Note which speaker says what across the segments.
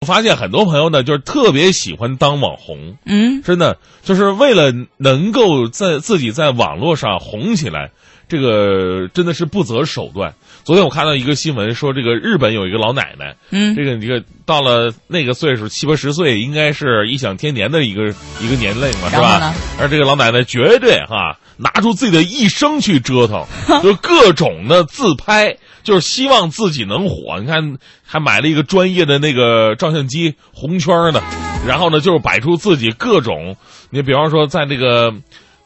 Speaker 1: 我发现很多朋友呢，就是特别喜欢当网红，
Speaker 2: 嗯，
Speaker 1: 真的就是为了能够在自己在网络上红起来，这个真的是不择手段。昨天我看到一个新闻说，这个日本有一个老奶奶，
Speaker 2: 嗯
Speaker 1: 这个这个到了那个岁数七八十岁，应该是异想天年的一个一个年龄嘛，是
Speaker 2: 然后呢
Speaker 1: 吧？而这个老奶奶绝对哈、拿出自己的一生去折 腾，就是各种的自拍，就是希望自己能火。你看，还买了一个专业的那个照相机，红圈儿的，然后呢，就是摆出自己各种，你比方说在那个。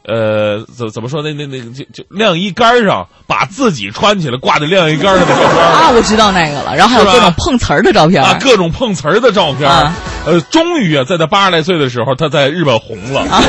Speaker 1: 呃，怎怎么说？那那那个就就晾衣杆儿上，把自己穿起来挂在晾衣杆儿上的照片儿
Speaker 2: 啊，我知道那个了。然后还
Speaker 1: 是
Speaker 2: 有
Speaker 1: 吧
Speaker 2: 各种碰瓷儿的照片儿
Speaker 1: 啊，各种碰瓷儿的照片儿。
Speaker 2: 啊
Speaker 1: 呃，终于啊，在他八十来岁的时候，他在日本红了。
Speaker 2: 啊，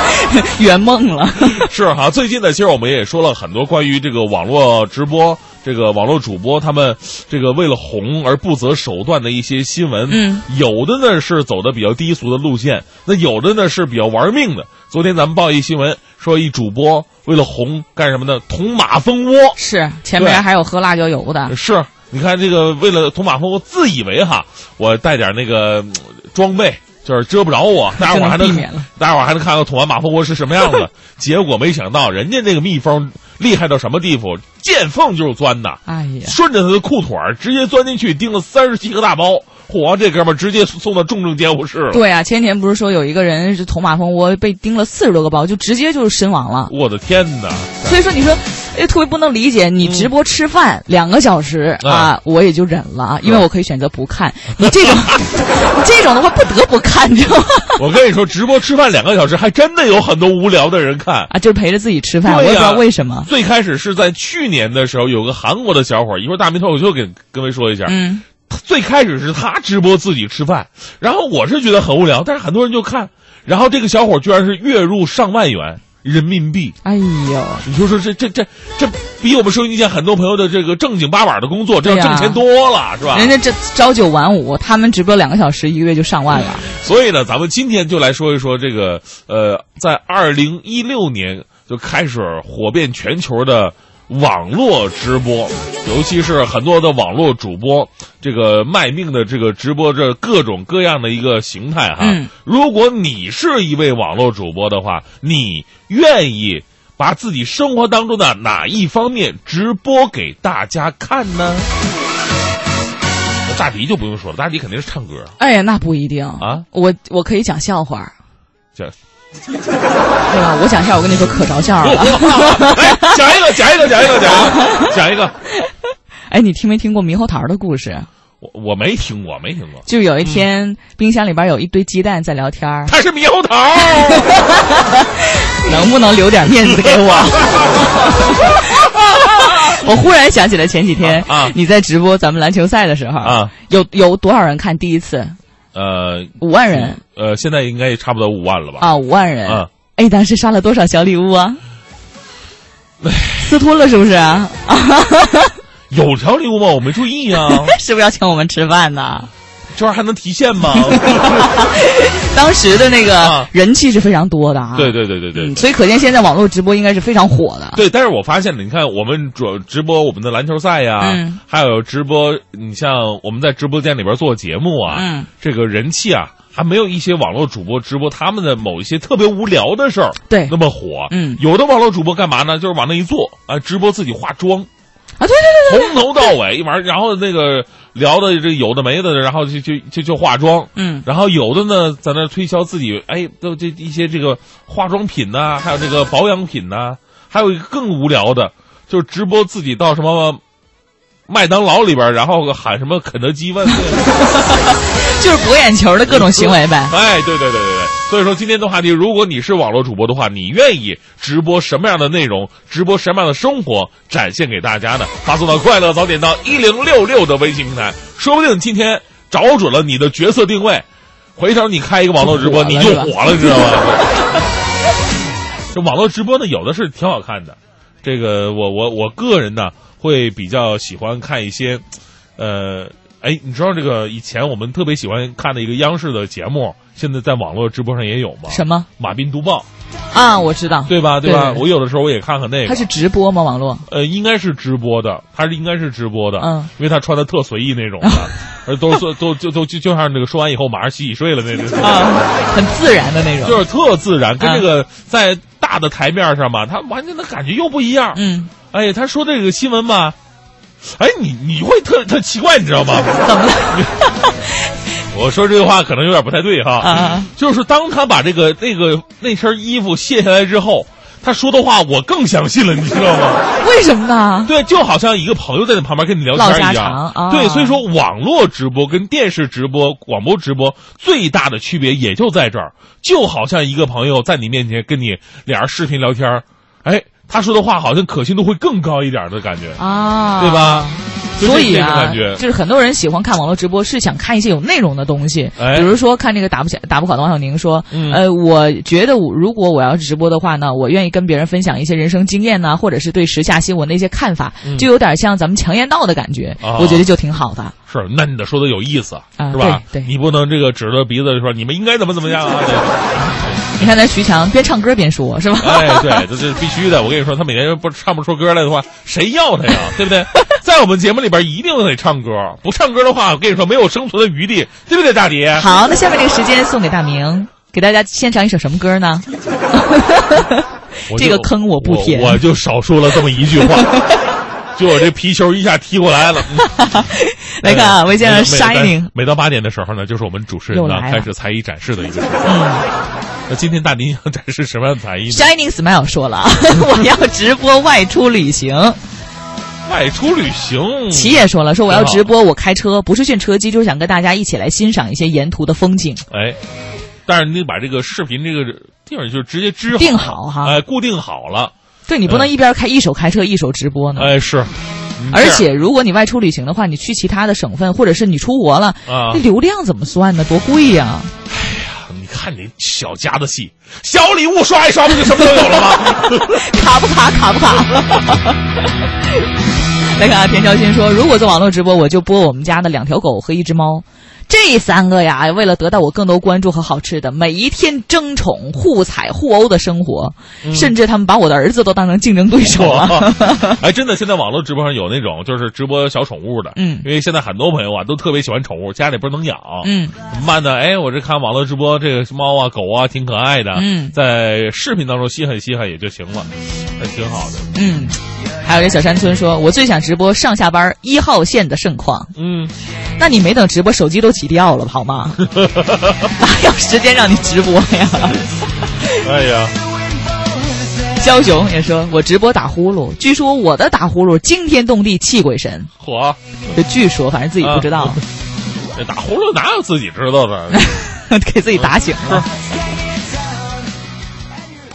Speaker 2: 圆梦了。
Speaker 1: 是哈、最近呢，其实我们也说了很多关于这个网络直播、这个网络主播他们这个为了红而不择手段的一些新闻。
Speaker 2: 嗯，
Speaker 1: 有的呢是走的比较低俗的路线，那有的呢是比较玩命的。昨天咱们报一新闻，说一主播为了红干什么呢？捅马蜂窝。
Speaker 2: 是，前
Speaker 1: 对
Speaker 2: 面还有喝辣椒油 的。
Speaker 1: 是，你看这个，为了捅马蜂窝，自以为哈，我带点那个嗯装备，就是遮不着我，大家伙儿还
Speaker 2: 就能避
Speaker 1: 能
Speaker 2: 免了，
Speaker 1: 大家伙儿还能看看捅完马蜂窝是什么样子。 结果没想到，人家那个蜜蜂厉害到什么地步，见缝就是钻呐，
Speaker 2: 哎呀，
Speaker 1: 顺着他的裤腿儿直接钻进去，叮了三十七个大包。嚯，这哥们儿直接送到重症监护室了。
Speaker 2: 对啊，前几天不是说有一个人是捅马蜂窝被叮了四十多个包，就直接就是身亡了。
Speaker 1: 我的天哪！
Speaker 2: 所以说，你说，哎，特别不能理解，你直播吃饭两个小时
Speaker 1: 啊
Speaker 2: 啊，我也就忍了，啊，因为我可以选择不看。你这种， 你这种的话不得不看，你知道吗？
Speaker 1: 我跟你说，直播吃饭两个小时，还真的有很多无聊的人看。
Speaker 2: 啊，就是陪着自己吃饭，我
Speaker 1: 对呀
Speaker 2: 也不知道为什么。
Speaker 1: 最开始是在去年的时候，有个韩国的小伙儿，一会儿大明脱口秀给各位说一下。
Speaker 2: 嗯，
Speaker 1: 最开始是他直播自己吃饭，然后我是觉得很无聊，但是很多人就看，然后这个小伙儿居然是月入上万元人民币。
Speaker 2: 哎呦，
Speaker 1: 你就说这这这这比我们收音机前很多朋友的这个正经八板的工作，这
Speaker 2: 对
Speaker 1: 要
Speaker 2: 呀
Speaker 1: 挣钱多了，是吧？
Speaker 2: 人家这朝九晚五，他们直播两个小时，一个月就上万了。
Speaker 1: 所以呢，咱们今天就来说一说这个呃，在二零一六年就开始火遍全球的网络直播，尤其是很多的网络主播，这个卖命的这个直播这各种各样的一个形态哈。
Speaker 2: 嗯
Speaker 1: 如果你是一位网络主播的话，你愿意把自己生活当中的哪一方面直播给大家看呢？大迪就不用说了，大迪肯定是唱歌。
Speaker 2: 哎呀，那不一定
Speaker 1: 啊！
Speaker 2: 我我可以讲笑话，
Speaker 1: 这
Speaker 2: 对吧？我讲笑，话，我跟你说可着笑 了。
Speaker 1: 哎，讲一个，讲一个，讲一个，讲一个，讲一个。
Speaker 2: 哎，你听没听过猕猴桃的故事？
Speaker 1: 我我没听过，没听过。
Speaker 2: 就有一天，冰箱里边有一堆鸡蛋在聊天儿，
Speaker 1: 他是猕 猴桃，
Speaker 2: 能不能留点面子给 我？我忽然想起来前几天
Speaker 1: 啊啊
Speaker 2: 你在直播咱们篮球赛的时候
Speaker 1: 啊，
Speaker 2: 有有多少人看第一次？
Speaker 1: 呃
Speaker 2: 五万人
Speaker 1: 呃，现在应该也差不多五万了吧？
Speaker 2: 啊，五万人
Speaker 1: 啊！
Speaker 2: 哎，当时刷了多少小礼 物啊？私吞了是不是啊？
Speaker 1: 有条礼物吗？我没注意啊，
Speaker 2: 是不是要请我们吃饭呢？
Speaker 1: 这玩意儿还能提现吗？
Speaker 2: 当时的那个
Speaker 1: 啊
Speaker 2: 人气是非常多的啊。
Speaker 1: 对对对对对
Speaker 2: 嗯，。所以可见现在网络直播应该是非常火的。
Speaker 1: 对，但是我发现了，你看我们主直播我们的篮球赛呀，
Speaker 2: 嗯
Speaker 1: 还有直播，你像我们在直播间里边做节目啊，
Speaker 2: 嗯
Speaker 1: 这个人气啊，还没有一些网络主播直播他们的某一些特别无聊的事儿
Speaker 2: 对
Speaker 1: 那么火。
Speaker 2: 嗯
Speaker 1: 有的网络主播干嘛呢？就是往那一坐啊，直播自己化妆，
Speaker 2: 啊，对对对对，
Speaker 1: 从头到尾一玩，然后那个聊的这有的没的，然后就就就就化妆。
Speaker 2: 嗯。
Speaker 1: 然后有的呢，在那推销自己，哎，都这一些这个化妆品呐、还有这个保养品呐、还有一个更无聊的，就是直播自己到什么麦当劳里边，然后喊什么肯德基万岁，
Speaker 2: 就是博眼球的各种行为呗。
Speaker 1: 哎，对对对对对。所以说，今天的话题，如果你是网络主播的话，你愿意直播什么样的内容，直播什么样的生活展现给大家呢？发送到快乐早点到一零六六的微信平台，说不定今天找准了你的角色定位，回头你开一个网络直播，
Speaker 2: 就火了
Speaker 1: 你就是
Speaker 2: 吧
Speaker 1: 火了，你知道吗？这网络直播呢，有的是挺好看的。这个我我我个人呢，会比较喜欢看一些，呃，哎，你知道这个以前我们特别喜欢看的一个央视的节目，现在在网络直播上也有吗？
Speaker 2: 什么
Speaker 1: 马斌读报，
Speaker 2: 啊？我知道，
Speaker 1: 对吧？
Speaker 2: 对
Speaker 1: 吧？
Speaker 2: 对
Speaker 1: 我有的时候我也看看那
Speaker 2: 他
Speaker 1: 个，
Speaker 2: 是直播吗？网络
Speaker 1: 呃，应该是直播的，他是应该是直播的，
Speaker 2: 嗯，
Speaker 1: 因为他穿的特随意那种的，而都都都就都就就像那个说完以后马上洗洗睡了那种，
Speaker 2: 啊，很自然的那种。
Speaker 1: 就是特自然，跟这
Speaker 2: 嗯
Speaker 1: 个在大的台面上吧，他完全的感觉又不一样。
Speaker 2: 嗯，
Speaker 1: 哎，他说这个新闻吧，哎，你你会特特奇怪，你知道吗？
Speaker 2: 怎么了？
Speaker 1: 我说这个话可能有点不太对哈，
Speaker 2: 啊
Speaker 1: 就是当他把这个那个那身衣服卸下来之后，他说的话我更相信了，你知道吗？
Speaker 2: 为什么呢？
Speaker 1: 对，就好像一个朋友在你旁边跟你聊
Speaker 2: 唠
Speaker 1: 天
Speaker 2: 家
Speaker 1: 一样
Speaker 2: 常。啊
Speaker 1: 对，所以说网络直播跟电视直播、广播直播最大的区别也就在这儿，就好像一个朋友在你面前跟你俩人视频聊天儿，哎，他说的话好像可信度会更高一点的感觉，
Speaker 2: 啊，
Speaker 1: 对？吧？就
Speaker 2: 所
Speaker 1: 这
Speaker 2: 以
Speaker 1: 这种
Speaker 2: 啊，
Speaker 1: 感觉
Speaker 2: 就是很多人喜欢看网络直播，是想看一些有内容的东西，
Speaker 1: 哎
Speaker 2: 比如说看这个打不响打不好的王小宁说，
Speaker 1: 嗯
Speaker 2: 呃，我觉得我如果我要是直播的话呢，我愿意跟别人分享一些人生经验呐、或者是对时下新闻的一些看法，就有点像咱们强言道的感觉，
Speaker 1: 嗯啊
Speaker 2: 我觉得就挺好的。
Speaker 1: 是，那你得说的有意思，
Speaker 2: 啊
Speaker 1: 是吧？
Speaker 2: 对对
Speaker 1: 你不能这个指着鼻子说你们应该怎么怎么样啊。对
Speaker 2: 你看咱徐强边唱歌边说，是吧？
Speaker 1: 哎，对，这这是必须的。我跟你说，他每天不唱不出歌来的话，谁要他呀？对不 对？在我们节目里边一定得唱歌，不唱歌的话，我跟你说没有生存的余地，对不对，大迪？
Speaker 2: 好，那下面这个时间送给大明，给大家献上一首什么 歌呢？
Speaker 1: 我就
Speaker 2: 这个坑我不填
Speaker 1: 我，我就少说了这么一句 话，就我这皮球一下踢过来了。嗯
Speaker 2: 来看啊，
Speaker 1: 哎
Speaker 2: 魏先生
Speaker 1: 每到
Speaker 2: ，Shining，
Speaker 1: 每到八点的时候呢，就是我们主持人
Speaker 2: 又
Speaker 1: 呢
Speaker 2: 来了
Speaker 1: 开始才艺展示的一个时候。
Speaker 2: 嗯。
Speaker 1: 那今天大迪要展示什么样的才艺呢？
Speaker 2: Shining Smile 说了， 我要直播外出旅行。
Speaker 1: 外出旅行，
Speaker 2: 齐也说了，说我要直播，我开车，不是炫车技，就是想跟大家一起来欣赏一些沿途的风景。
Speaker 1: 哎，但是你得把这个视频这个地方就直接支
Speaker 2: 定好哈
Speaker 1: 哎，固定好了，
Speaker 2: 对你不能一边开一手开车一手直播呢。
Speaker 1: 哎是，嗯
Speaker 2: 嗯而
Speaker 1: 这样
Speaker 2: 且如果你外出旅行的话，你去其他的省份，或者是你出国了，
Speaker 1: 啊
Speaker 2: 那流量怎么算呢？多贵呀！
Speaker 1: 你看你小家子气，小礼物刷一刷不就什么都有了 吗？
Speaker 2: 卡不卡？卡不卡？ 来看啊，田乔新说，如果做网络直播，我就播我们家的两条狗和一只猫。这三个呀，哎为了得到我更多关注和好吃的，每一天争宠、互踩、互殴的生活，甚至他们把我的儿子都当成竞争对手了。
Speaker 1: 哇 哎，真的，现在网络直播上有那种就是直播小宠物的，
Speaker 2: 嗯
Speaker 1: 因为现在很多朋友啊都特别喜欢宠物，家里不是能养，
Speaker 2: 嗯，
Speaker 1: 怎么办呢？哎，我这看网络直播，这个猫啊、狗啊挺可爱的，
Speaker 2: 嗯
Speaker 1: 在视频当中稀罕稀罕也就行了，那挺好的，
Speaker 2: 嗯，还有这小山村说，我最想直播上下班一号线的盛况。
Speaker 1: 嗯。
Speaker 2: 那你没等直播，手机都起掉了，好吗？ 哪有时间让你直播呀？
Speaker 1: 哎呀，
Speaker 2: 枭雄也说，我直播打呼噜，据说我的打呼噜惊天动地，泣鬼神。
Speaker 1: 火！啊
Speaker 2: 这据说，反正自己不知道，
Speaker 1: 这打呼噜哪有自己知道的？
Speaker 2: 给自己打醒了。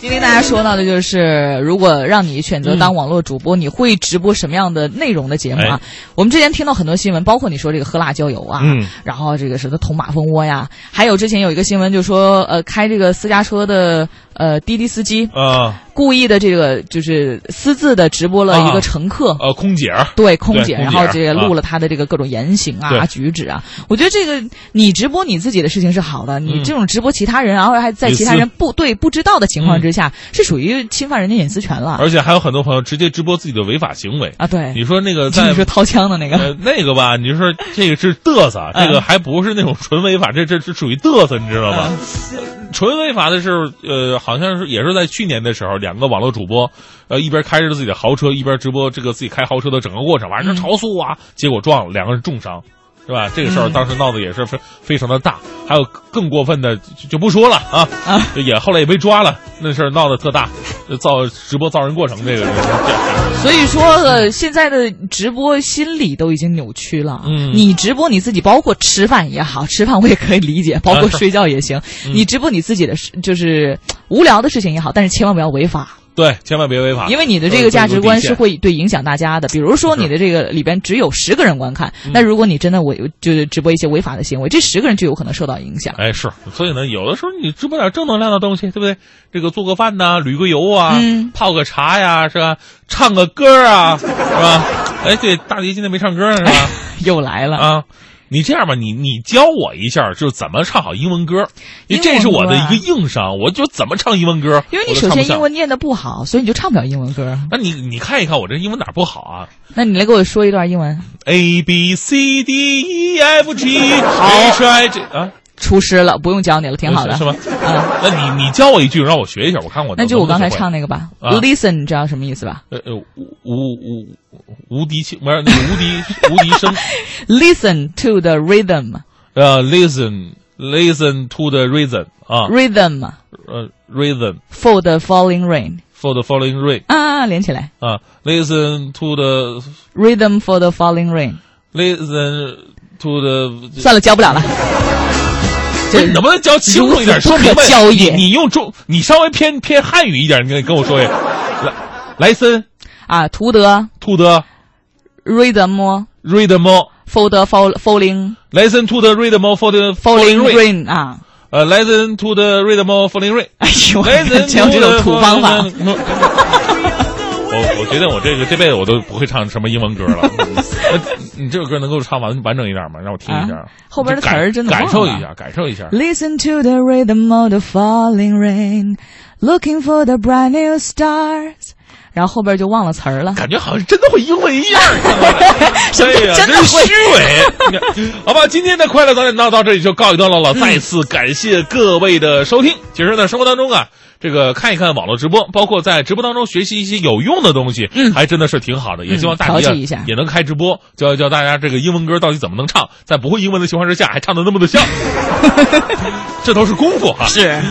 Speaker 2: 今天大家说到的就是，如果让你选择当网络主播，你会直播什么样的内容的节目啊？我们之前听到很多新闻，包括你说这个喝辣椒油啊，
Speaker 1: 嗯
Speaker 2: 然后这个什么捅马蜂窝呀，还有之前有一个新闻就说，呃，开这个私家车的呃滴滴司机
Speaker 1: 啊
Speaker 2: 故意的这个就是私自的直播了一个乘客，
Speaker 1: 呃，空姐儿
Speaker 2: 对空
Speaker 1: 对
Speaker 2: 姐，
Speaker 1: 空
Speaker 2: 然
Speaker 1: 姐
Speaker 2: 后这个
Speaker 1: 啊
Speaker 2: 录了她的这个各种言行啊、
Speaker 1: 对
Speaker 2: 举止啊。我觉得这个你直播你自己的事情是好的，你
Speaker 1: 嗯
Speaker 2: 这种直播其他人，然后还在
Speaker 1: 隐
Speaker 2: 其他
Speaker 1: 私
Speaker 2: 人不对不知道的情况
Speaker 1: 嗯
Speaker 2: 之下，是属于侵犯人家隐私权了
Speaker 1: 而且还有很多朋友直接直播自己的违法行为。
Speaker 2: 啊！对，
Speaker 1: 你说那个在
Speaker 2: 你说掏枪的那个，
Speaker 1: 呃那个吧，你说这个是嘚瑟，
Speaker 2: 嗯
Speaker 1: 这个还不是那种纯违法，这这是属于嘚瑟，你知道吗？
Speaker 2: 嗯
Speaker 1: 纯违法的是，呃，好像是也是在去年的时候，两个网络主播，呃，一边开着自己的豪车，一边直播这个自己开豪车的整个过程，完事超速啊，结果撞了，两个人重伤。是吧？这个事儿
Speaker 2: 嗯
Speaker 1: 当时闹得也是非非常的大，还有更过分的就就不说了啊，
Speaker 2: 啊
Speaker 1: 就也后来也被抓了，那事儿闹得特大，就造直播造人过程这个是，
Speaker 2: 所以说呃，现在的直播心理都已经扭曲了。啊
Speaker 1: 嗯
Speaker 2: 你直播你自己，包括吃饭也好，吃饭我也可以理解，包括
Speaker 1: 啊是
Speaker 2: 睡觉也行。你直播你自己的事，就是无聊的事情也好，但是千万不要违法。
Speaker 1: 对，千万别违法，
Speaker 2: 因为你的
Speaker 1: 都
Speaker 2: 这
Speaker 1: 是
Speaker 2: 个
Speaker 1: 自己
Speaker 2: 价
Speaker 1: 的
Speaker 2: 值
Speaker 1: 呃底
Speaker 2: 观
Speaker 1: 线
Speaker 2: 是会对影响大家的。比如说，你的这个里边只有十个人观看，
Speaker 1: 嗯
Speaker 2: 那如果你真的我就是直播一些违法的行为，这十个人就有可能受到影响。
Speaker 1: 哎，是，所以呢，有的时候你直播点正能量的东西，对不对？这个做个饭呐、旅个游啊，
Speaker 2: 嗯
Speaker 1: 泡个茶呀，是吧？唱 个歌啊，是吧？哎，对，大迪今天没唱歌呢，是吧？
Speaker 2: 又来了，
Speaker 1: 啊，你这样吧，你你教我一下，就是怎么唱好英文歌，因为
Speaker 2: 英
Speaker 1: 这
Speaker 2: 文
Speaker 1: 是我的
Speaker 2: 歌
Speaker 1: 一
Speaker 2: 啊
Speaker 1: 个硬伤，我就怎么唱英文歌，
Speaker 2: 因为你
Speaker 1: 我都
Speaker 2: 首
Speaker 1: 唱不
Speaker 2: 先
Speaker 1: 上
Speaker 2: 英文念的不好，所以你就唱不了英文歌。
Speaker 1: 那你你看一看我这英文哪儿不好啊
Speaker 2: 那你来给我说一段英文，
Speaker 1: ？A B C D E F G H I J 啊，
Speaker 2: 出师了，不用教你了，挺好的
Speaker 1: 哦是吗？
Speaker 2: 啊。
Speaker 1: 那你你教我一句，让我学一下，我看我
Speaker 2: 那
Speaker 1: 能
Speaker 2: 就我
Speaker 1: 能
Speaker 2: 刚
Speaker 1: 不
Speaker 2: 才
Speaker 1: 能学会
Speaker 2: 唱那个吧
Speaker 1: 啊
Speaker 2: ，listen，你知道什么意思吧
Speaker 1: 呃呃无无无无敌气，不是那个无敌无敌声。
Speaker 2: ？Listen to the rhythm，rhythm
Speaker 1: 呃，listen listen to the reason 啊，呃 reason
Speaker 2: for the falling rain，
Speaker 1: for the following rain
Speaker 2: 啊，连起来
Speaker 1: 啊，listen to the
Speaker 2: ，rhythm for the falling rain。
Speaker 1: listen to the
Speaker 2: 算了，教不了 了。
Speaker 1: 这能不能教清楚一点，
Speaker 2: 如此
Speaker 1: 说
Speaker 2: 不可
Speaker 1: 明白？
Speaker 2: 教
Speaker 1: 你
Speaker 2: 也
Speaker 1: 你用中，你稍微偏偏汉语一点，你跟我说一下。来，莱森
Speaker 2: 啊，图德
Speaker 1: ，to the
Speaker 2: rhythm
Speaker 1: read more。
Speaker 2: for the fall falling
Speaker 1: Listen to the read more for the
Speaker 2: falling
Speaker 1: rain，
Speaker 2: rain 啊。
Speaker 1: 呃，Listen to the read more falling rain。
Speaker 2: 哎呦，我
Speaker 1: 人
Speaker 2: 只有这种土方法。
Speaker 1: 我 我觉得我这个这辈子我都不会唱什么英文歌了。 呃你这首歌能够唱完完整一点吗？让我听一下。
Speaker 2: 啊后边的词
Speaker 1: 感
Speaker 2: 儿真的忘
Speaker 1: 感
Speaker 2: 了
Speaker 1: 受一下，感受一下。
Speaker 2: Listen to the rhythm of the falling rain, looking for the bright new stars。然后后边就忘了词儿了。
Speaker 1: 感觉好像真的会英文一样。
Speaker 2: 什么
Speaker 1: 对哎呀，
Speaker 2: 真的
Speaker 1: 真
Speaker 2: 会
Speaker 1: 虚伪。好吧，今天的快乐早点闹到这里就告一段落了。
Speaker 2: 嗯
Speaker 1: 再次感谢各位的收听。其实呢，生活当中啊。这个看一看网络直播，包括在直播当中学习一些有用的东西，嗯，还真的是挺好的。也希望大家
Speaker 2: 嗯调剂一下
Speaker 1: 也能开直播，教教大家这个英文歌到底怎么 能唱，在不会英文的情况之下还唱的那么的像，这都是功夫哈、
Speaker 2: 是。